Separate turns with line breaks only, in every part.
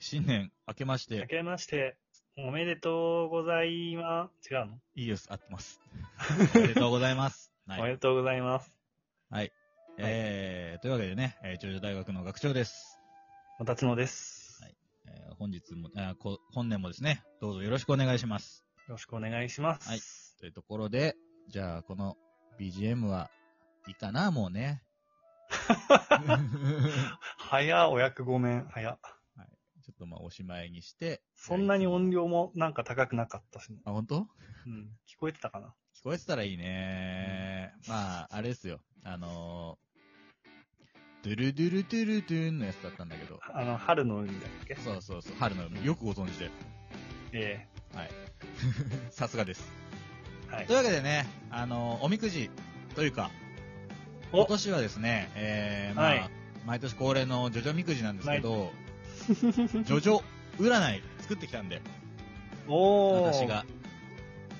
新年明けまし
明
て、
けまして、おめでとうございます。違うの、
いいです、合ってます。おめでとうございます。
お
は
め
い。
でとうございます。
はい。えー、というわけでね、えー、長女大学の学長です。
おたつのです、
はいえー、本日も、あーこ、本年もですね、どうぞよろしくお願いします。
よろしくお願いします。
はいというところで、じゃあ、この BGM はいいかな、もうね。
早、お役ごめん、早。
ちょっとまあ、おしまいにして。
そんなに音量もなんか高くなかったし、ね、
あ、本当？
うん。聞こえてたかな
聞こえてたらいいね。まあ、あれですよ。あのー、ドゥルドゥルドゥルドゥンのやつだったんだけど。
あの、春の海だっけ
そうそうそう。春の海。よくご存知で。
え
はい。 さすがです。
えはい
とい。うわけでね、あのー、おみくじというか、
お
今年はですね、えー、まあ、
はい
毎年恒例のジョジョみくじなんですけど、ジョジョ占い作ってきたんで、
おー。
私が。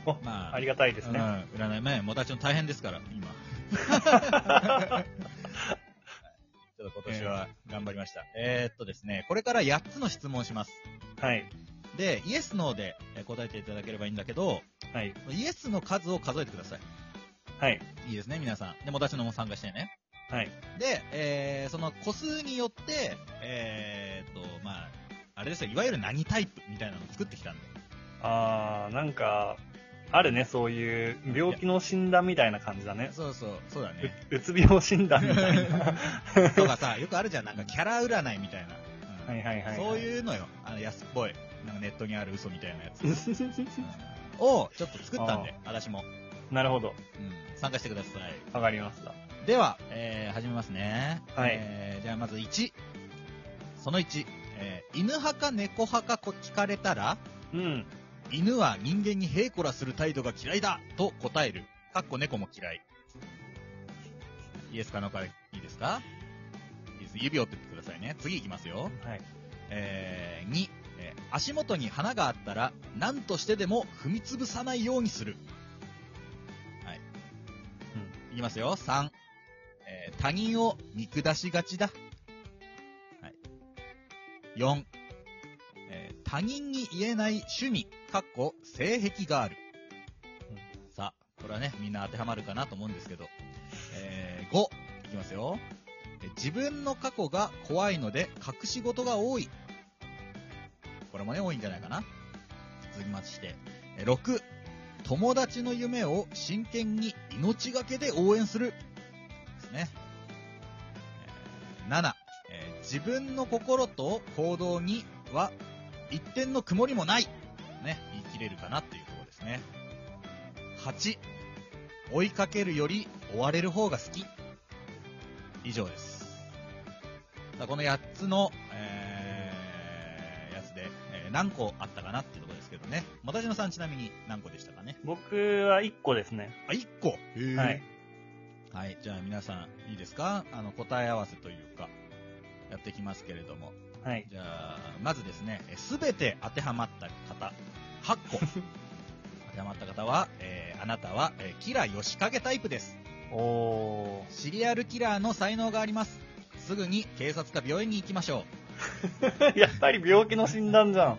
お
ま
ありがたいですね。
うん、占い前、もたちの大変ですから、今。 ちょっと今年は頑張りました。えーっとですね、これから8つの質問します。
はい。
で、イエス、ノーでえー答えていただければいいんだけど、
はい。
イエスの数を数えてください。
はい。
いいですね、皆さん。で、もたちのも参加してね。
はい。
で、えー、その個数によって、えーっと、まあ、あれですよ、いわゆる何タイプみたいなのを作ってきたんで。
あー、なんか、あるね、そういう、病気の診断みたいな感じだね。
そうそう、そうだね。
ううつ病診断みたいな。は
とかさ、よくあるじゃん、なんかキャラ占いみたいな。うん
いはいはい。
そう
う。
いうのよ。あの安っぽい。なんかネットにある嘘みたいなやつ。うんをちょっと作ったんで、私も、
なるほど。
うん参加してください。
わかりました。
では、えー始めますね。
はい
えーじゃあまず1。その1。えー犬派か猫派かこ聞かれたら、
うん。
犬は人間にヘイコラする態度が嫌いだと答える。かっこ猫も嫌い。イエスかノーかいいですかいいです。指折ってってくださいね。次いきますよ。
はい。
えー、2、えー足元に花があったら、何としてでも踏み潰さないようにする。はい。いきますよ。3、えー他人を見下しがちだ。はい。4、えー他人に言えない趣味、かっこ、性癖がある。さあ、これはね、みんな当てはまるかなと思うんですけど。えー、5、いきますよ。えー自分の過去が怖いので隠し事が多い。これもね、多いんじゃないかな。続きまして。えー6、友達の夢を真剣に命がけで応援する。ですね。えー7、えー自分の心と行動には一点の曇りもない。ね、言い切れるかなっていうところですね。8、追いかけるより追われる方が好き。以上です。さあ、この8つの、えー、やつで、えー何個あったかなっていうところですけどね。もたじのさんちなみに何個でしたかね
僕は1個ですね。
あ、1個
はい。。
はい、じゃあ皆さんいいですかあの、答え合わせというか、やってきますけれども。
はい。
じゃあ、まずですね、すべて当てはまった方、8個。 当てはまった方は、えーあなたは、えーキラヨシカゲタイプです。
おー。
シリアルキラーの才能があります。すぐに警察か病院に行きましょう。
やっぱり病気の診断じゃん。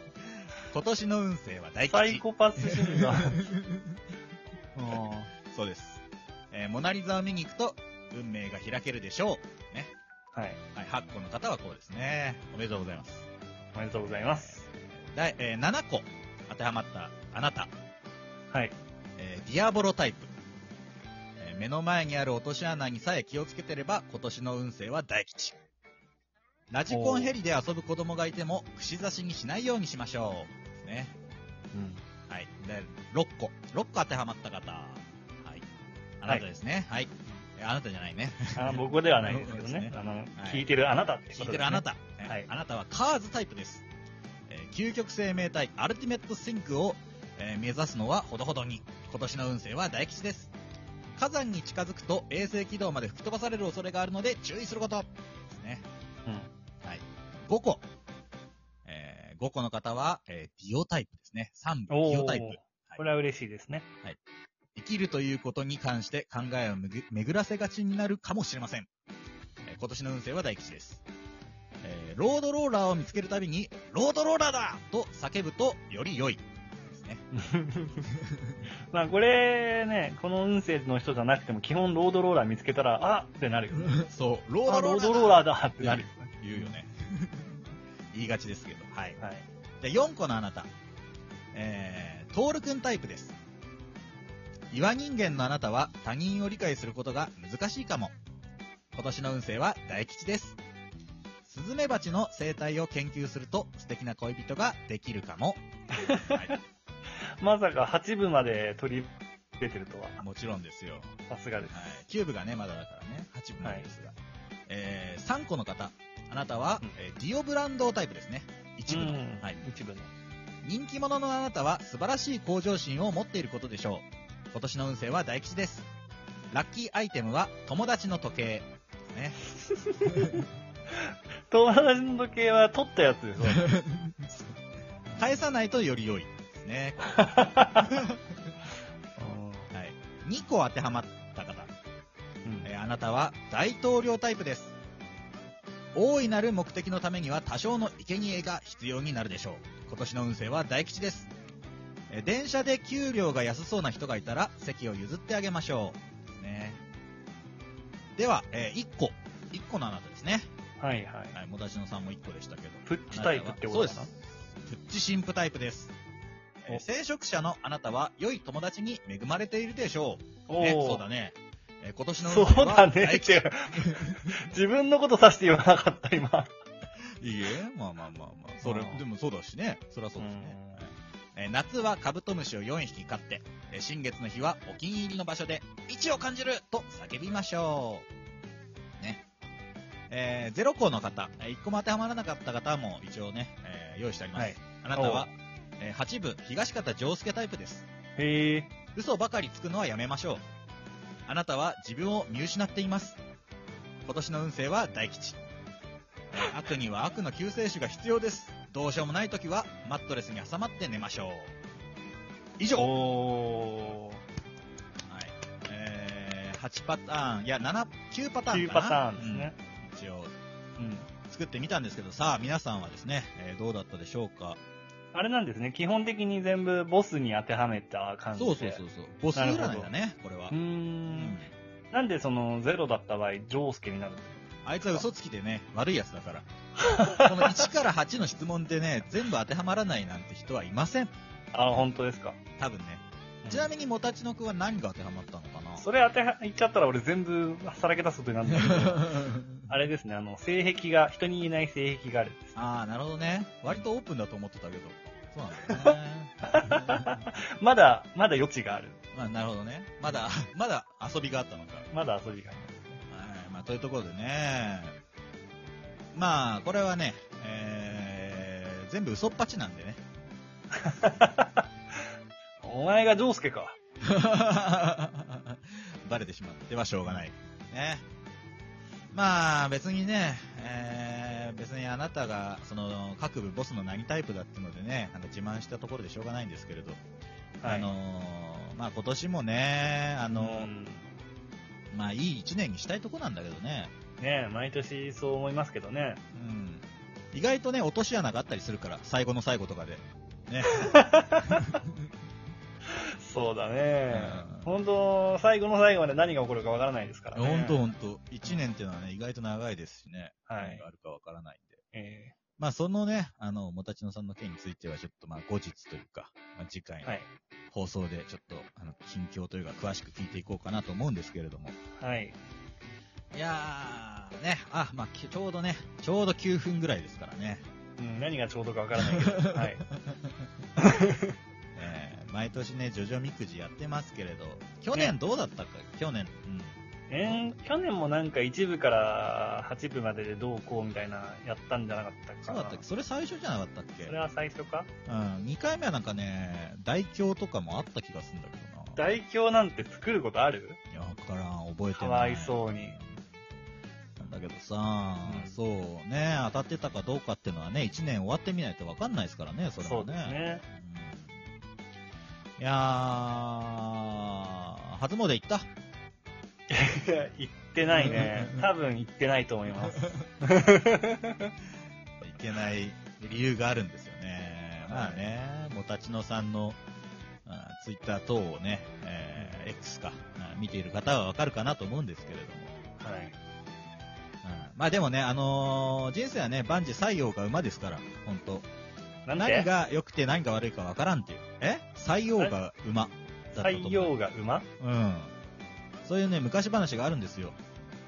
今年の運勢は大吉。
サイコパス診断。うん
そうです。えーモナリザを見に行くと、運命が開けるでしょ
はい。
う。はい、8個の方はこうですね。おめでとうございます。
おめでとうございます。
第、えー7個当てはまったあなた、
はい。
えーディアボロタイプ。えー目の前にある落とし穴にさえ気をつけてれば、今年の運勢は大吉。ラジコンヘリで遊ぶ子供がいても、串刺しにしないようにしましょう。ですね。
うん。
はい。で、6個。6個当てはまった方。はい。あなたですね。はい。えあなたじゃないね。
あ僕ではないですけど
そうで
ね
す。ね
あの、
い
聞いてるあなたって
聞
ことですね
いてるあな。た。
は
はい
い。
あなたはカーズタイプです。えー究極生命体、アルティメットシンクを、えー目指すのはほどほどに。今年の運勢は大吉です。火山に近づくと衛星軌道まで吹き飛ばされる恐れがあるので注意すること。ですね。
うん。
はい。5個。え5個の方は、えーディオタイプですね。3部、ディ
お
オタイプ。
ー。これは嬉しいですね。
生きるということに関して考えをめぐ巡らせがちになるかもしれません。えー今年の運勢は大吉です。えーロードローラーを見つけるたびに、ロードローラーだと叫ぶとより良い。ですね。
まあこれね、この運勢の人じゃなくても基本ロードローラー見つけたら、あってなるよね。
そう、ロー
あ
ドローラ
ロー
ーだ
ドローラーだってなるよね。
言うよね。言いがちですけど。はい。
はい。
で、4個のあなた。えー、トールくんタイプです。岩人間のあなたは他人を理解することが難しいかも。今年の運勢は大吉です。スズメバチの生態を研究すると素敵な恋人ができるかも。 はい、
まさか8部まで取り出てるとは、
もちろんですよ。
さすがです。
はい、キューブがね、まだだからね、8分までですが。えー、3個の方。あなたは、
うん
えーディオブランドタイプですね。一部の。
うん
はい。
一部の。
人気者のあなたは素晴らしい向上心を持っていることでしょう。今年の運勢は大吉です。ラッキーアイテムは友達の時計。ね。
友達の時計は取ったやつ ですよ。
返さないとより良いですね。
う
はい。2個当てはまった方。
ん
えーあなたは大統領タイプです。大いなる目的のためには多少の生贄が必要になるでしょう。今年の運勢は大吉です。えー電車で給料が安そうな人がいたら席を譲ってあげましょう。ですね。では、え1個。1個のあなたですね。
はいはい。
はい、もだちのさんも1個でしたけど。
プッチタイプってことか
そう
な
です。プッチ神父タイプです。えー
お
聖職者のあなたは良い友達に恵まれているでしょう。
お
ね、
ー
そうだね。えー今年の
そうだね
大
って
吉
いう。 自分のこと指して言わなかった、今。
いいえ、まあまあまあまあ。それ
あ、あ
でもそうだしね。そりゃそうですね。えー夏はカブトムシを4匹飼って、えー新月の日はお気に入りの場所で、位置を感じると叫びましょう。ね。えー、ゼロ校の方、えー1個も当てはまらなかった方も一応ね、えー用意してあります。
はい
あなた
お
は
う、
えー8部東方丈介タイプです。
へえ。
嘘ばかりつくのはやめましょう。あなたは自分を見失っています。今年の運勢は大吉。えー悪には悪の救世主が必要です。どうしようもない時はマットレスに挟まって寝ましょう。以上。はい。
おー。
えー、8パターン、いや、7、9パターン
9
かな。
パターンですね。
うん。一応、
うん。
作ってみたんですけど、さあ、皆さんはですね、えーどうだったでしょうか。
あれなんですね。基本的に全部ボスに当てはめた感じで。
そうそうそうそう。ボス占いだね、これは。
う
う
ー
んん。
なんでそのゼロだった場合、ジョースケになるんですか
あいつは嘘つきでね、悪いやつだから。この1から8の質問でね、全部当てはまらないなんて人はいません。
あ、本当ですか。
多分ね。ちなみに、もたちのくんは何が当てはまったのかな
それ当ては、言っちゃったら俺全部さらけ出すことになるんだけど、あれですね、あの、性癖が、人に言えない性癖があるんで す。
ああ、なるほどね。割とオープンだと思ってたけど。そうなんだよね。
まだ、まだ余地がある。
まあ、なるほどね。まだ、まだ遊びがあったのか。
まだ遊びがある。
はい、まあ、というところでね。まあ、これはね、えー、全部嘘っぱちなんでね。
お前がジョースケか。
バレてしまってはしょうがない。ね。まあ、別にね、えー、別にあなたが、その、各部ボスの何タイプだってのでね、なんか自慢したところでしょうがないんですけれど、
はい
あのーまあ今年もね、あ
あ
のまあいい一年にしたいとこなんだけどね、
ねえ毎年そう思いますけどね。
うん。意外とね、落とし穴があったりするから、最後の最後とかで。ね。
そうだね
うん。
本当最後の最後まで何が起こるかわからないですからね。
ほんとほんと。一年っていうのはね、意外と長いですしね、
はい
何があるかわからないんで。
え
まあ、そのね、あの、もたちのさんの件については、ちょっとまあ、後日というか、まあ、次回
ー
の
はい。
放送で、ちょっと、あの、近況というか、詳しく聞いていこうかなと思うんですけれども。
はい。
いやー、ね、あ、まあ、きちょうどね、ちょうど9分ぐらいですからね。
うん、何がちょうどかわからないけ ど。はい。
えー、毎年ね、ジョジョみくじやってますけれど、去年どうだったか、去年、うん。
えー去年もなんか1部から8部まででどうこうみたいなやったんじゃなかったか
そう
な。
だったっけそれ最初じゃなかったっけ
それは最初か
うん、2回目はなんかね、大凶とかもあった気がするんだけどな。
大凶なんて作ることある
いや、わからん、覚えてない。
かわいそうに。
なんだけどさ、
うん
そうね、当たってたかどうかっていうのはね、1年終わってみないと分かんないですからね、それ
そ
も
うで
ね。
すね。
うんいやー、初詣行った
いや行っってないね。多分行ってないと思います。
いけない理由があるんですよね。
はい
まあね、もたちのさんのあツイッター等をね、えー X か、あ見ている方はわかるかなと思うんですけれども。
はい。
うんまあでもね、あのー人生はね、万事採用が馬ですから、本当
なん
何
で
が良くて何が悪いかわからんっていう。え採用が馬だったと思う。
採用が馬
うん。そういうね、昔話があるんですよ。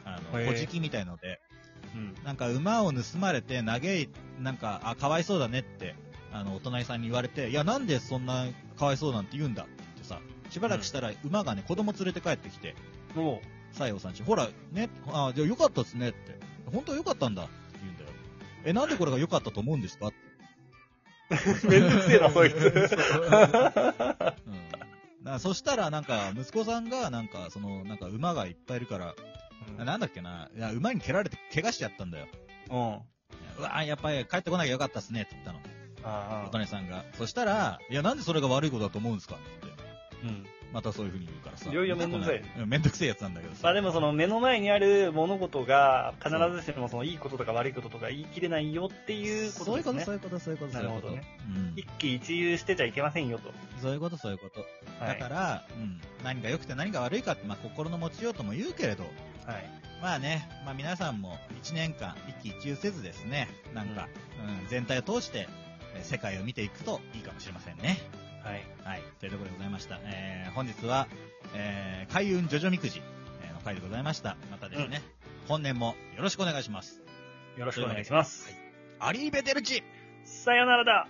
あの、
へえ
小じきみたいので。
うん。
なんか馬を盗まれて、嘆い、なんか、あ、かわいそうだねって、あの、お隣さんに言われて、いや、なんでそんなかわいそうなんて言うんだって言ってさ、しばらくしたら馬がね、子供連れて帰ってきて、
も
西洋さんち、ほら、ね、あ、じゃあよかったっすねって、本当はよかったんだって言うんだよ。え、なんでこれが良かったと思うんですかって。
う、めんどくせえな、そ いつ。
うんなそしたら、なんか、息子さんが、なんか、その、なんか、馬がいっぱいいるから、なんだっけな、いや馬に蹴られて怪我しちゃったんだよ。
うん。あ
うわやっぱり帰ってこなきゃよかったっすねって言ったの。
あ
小谷さんが。そしたら、いや、なんでそれが悪いことだと思うんですかって。
うん。
またそういう風に言うからさ。
いよいよめんどくさい
見たこな。うんめんどくせえやつなんだけどさ。
まあでもその目の前にある物事が必ずしもそのいいこととか悪いこととか言い切れないよっていうこと
そうい
で
うこと、
すね
そ。ういうこと、そういうこと、そう
ないる
うこと。
ほどね
うん
一喜一憂してちゃいけませんよと。
そういうこと、そういうこと。
は
だ
い。
から、うん、何が良くて何が悪いかって、まあ、心の持ちようとも言うけれど、
はい。
まあね、まあ皆さんも1年間一喜一憂せずですね、なんか、うん全体を通して、え世界を見ていくといいかもしれませんね。
はい。
はい、というところでございました。えー、本日は、えー、開運ジョジョみくじえーの回でございました。またですね、本年もよろしくお願いします。
よろしくお願いします。
アリーベテルチ
さよならだ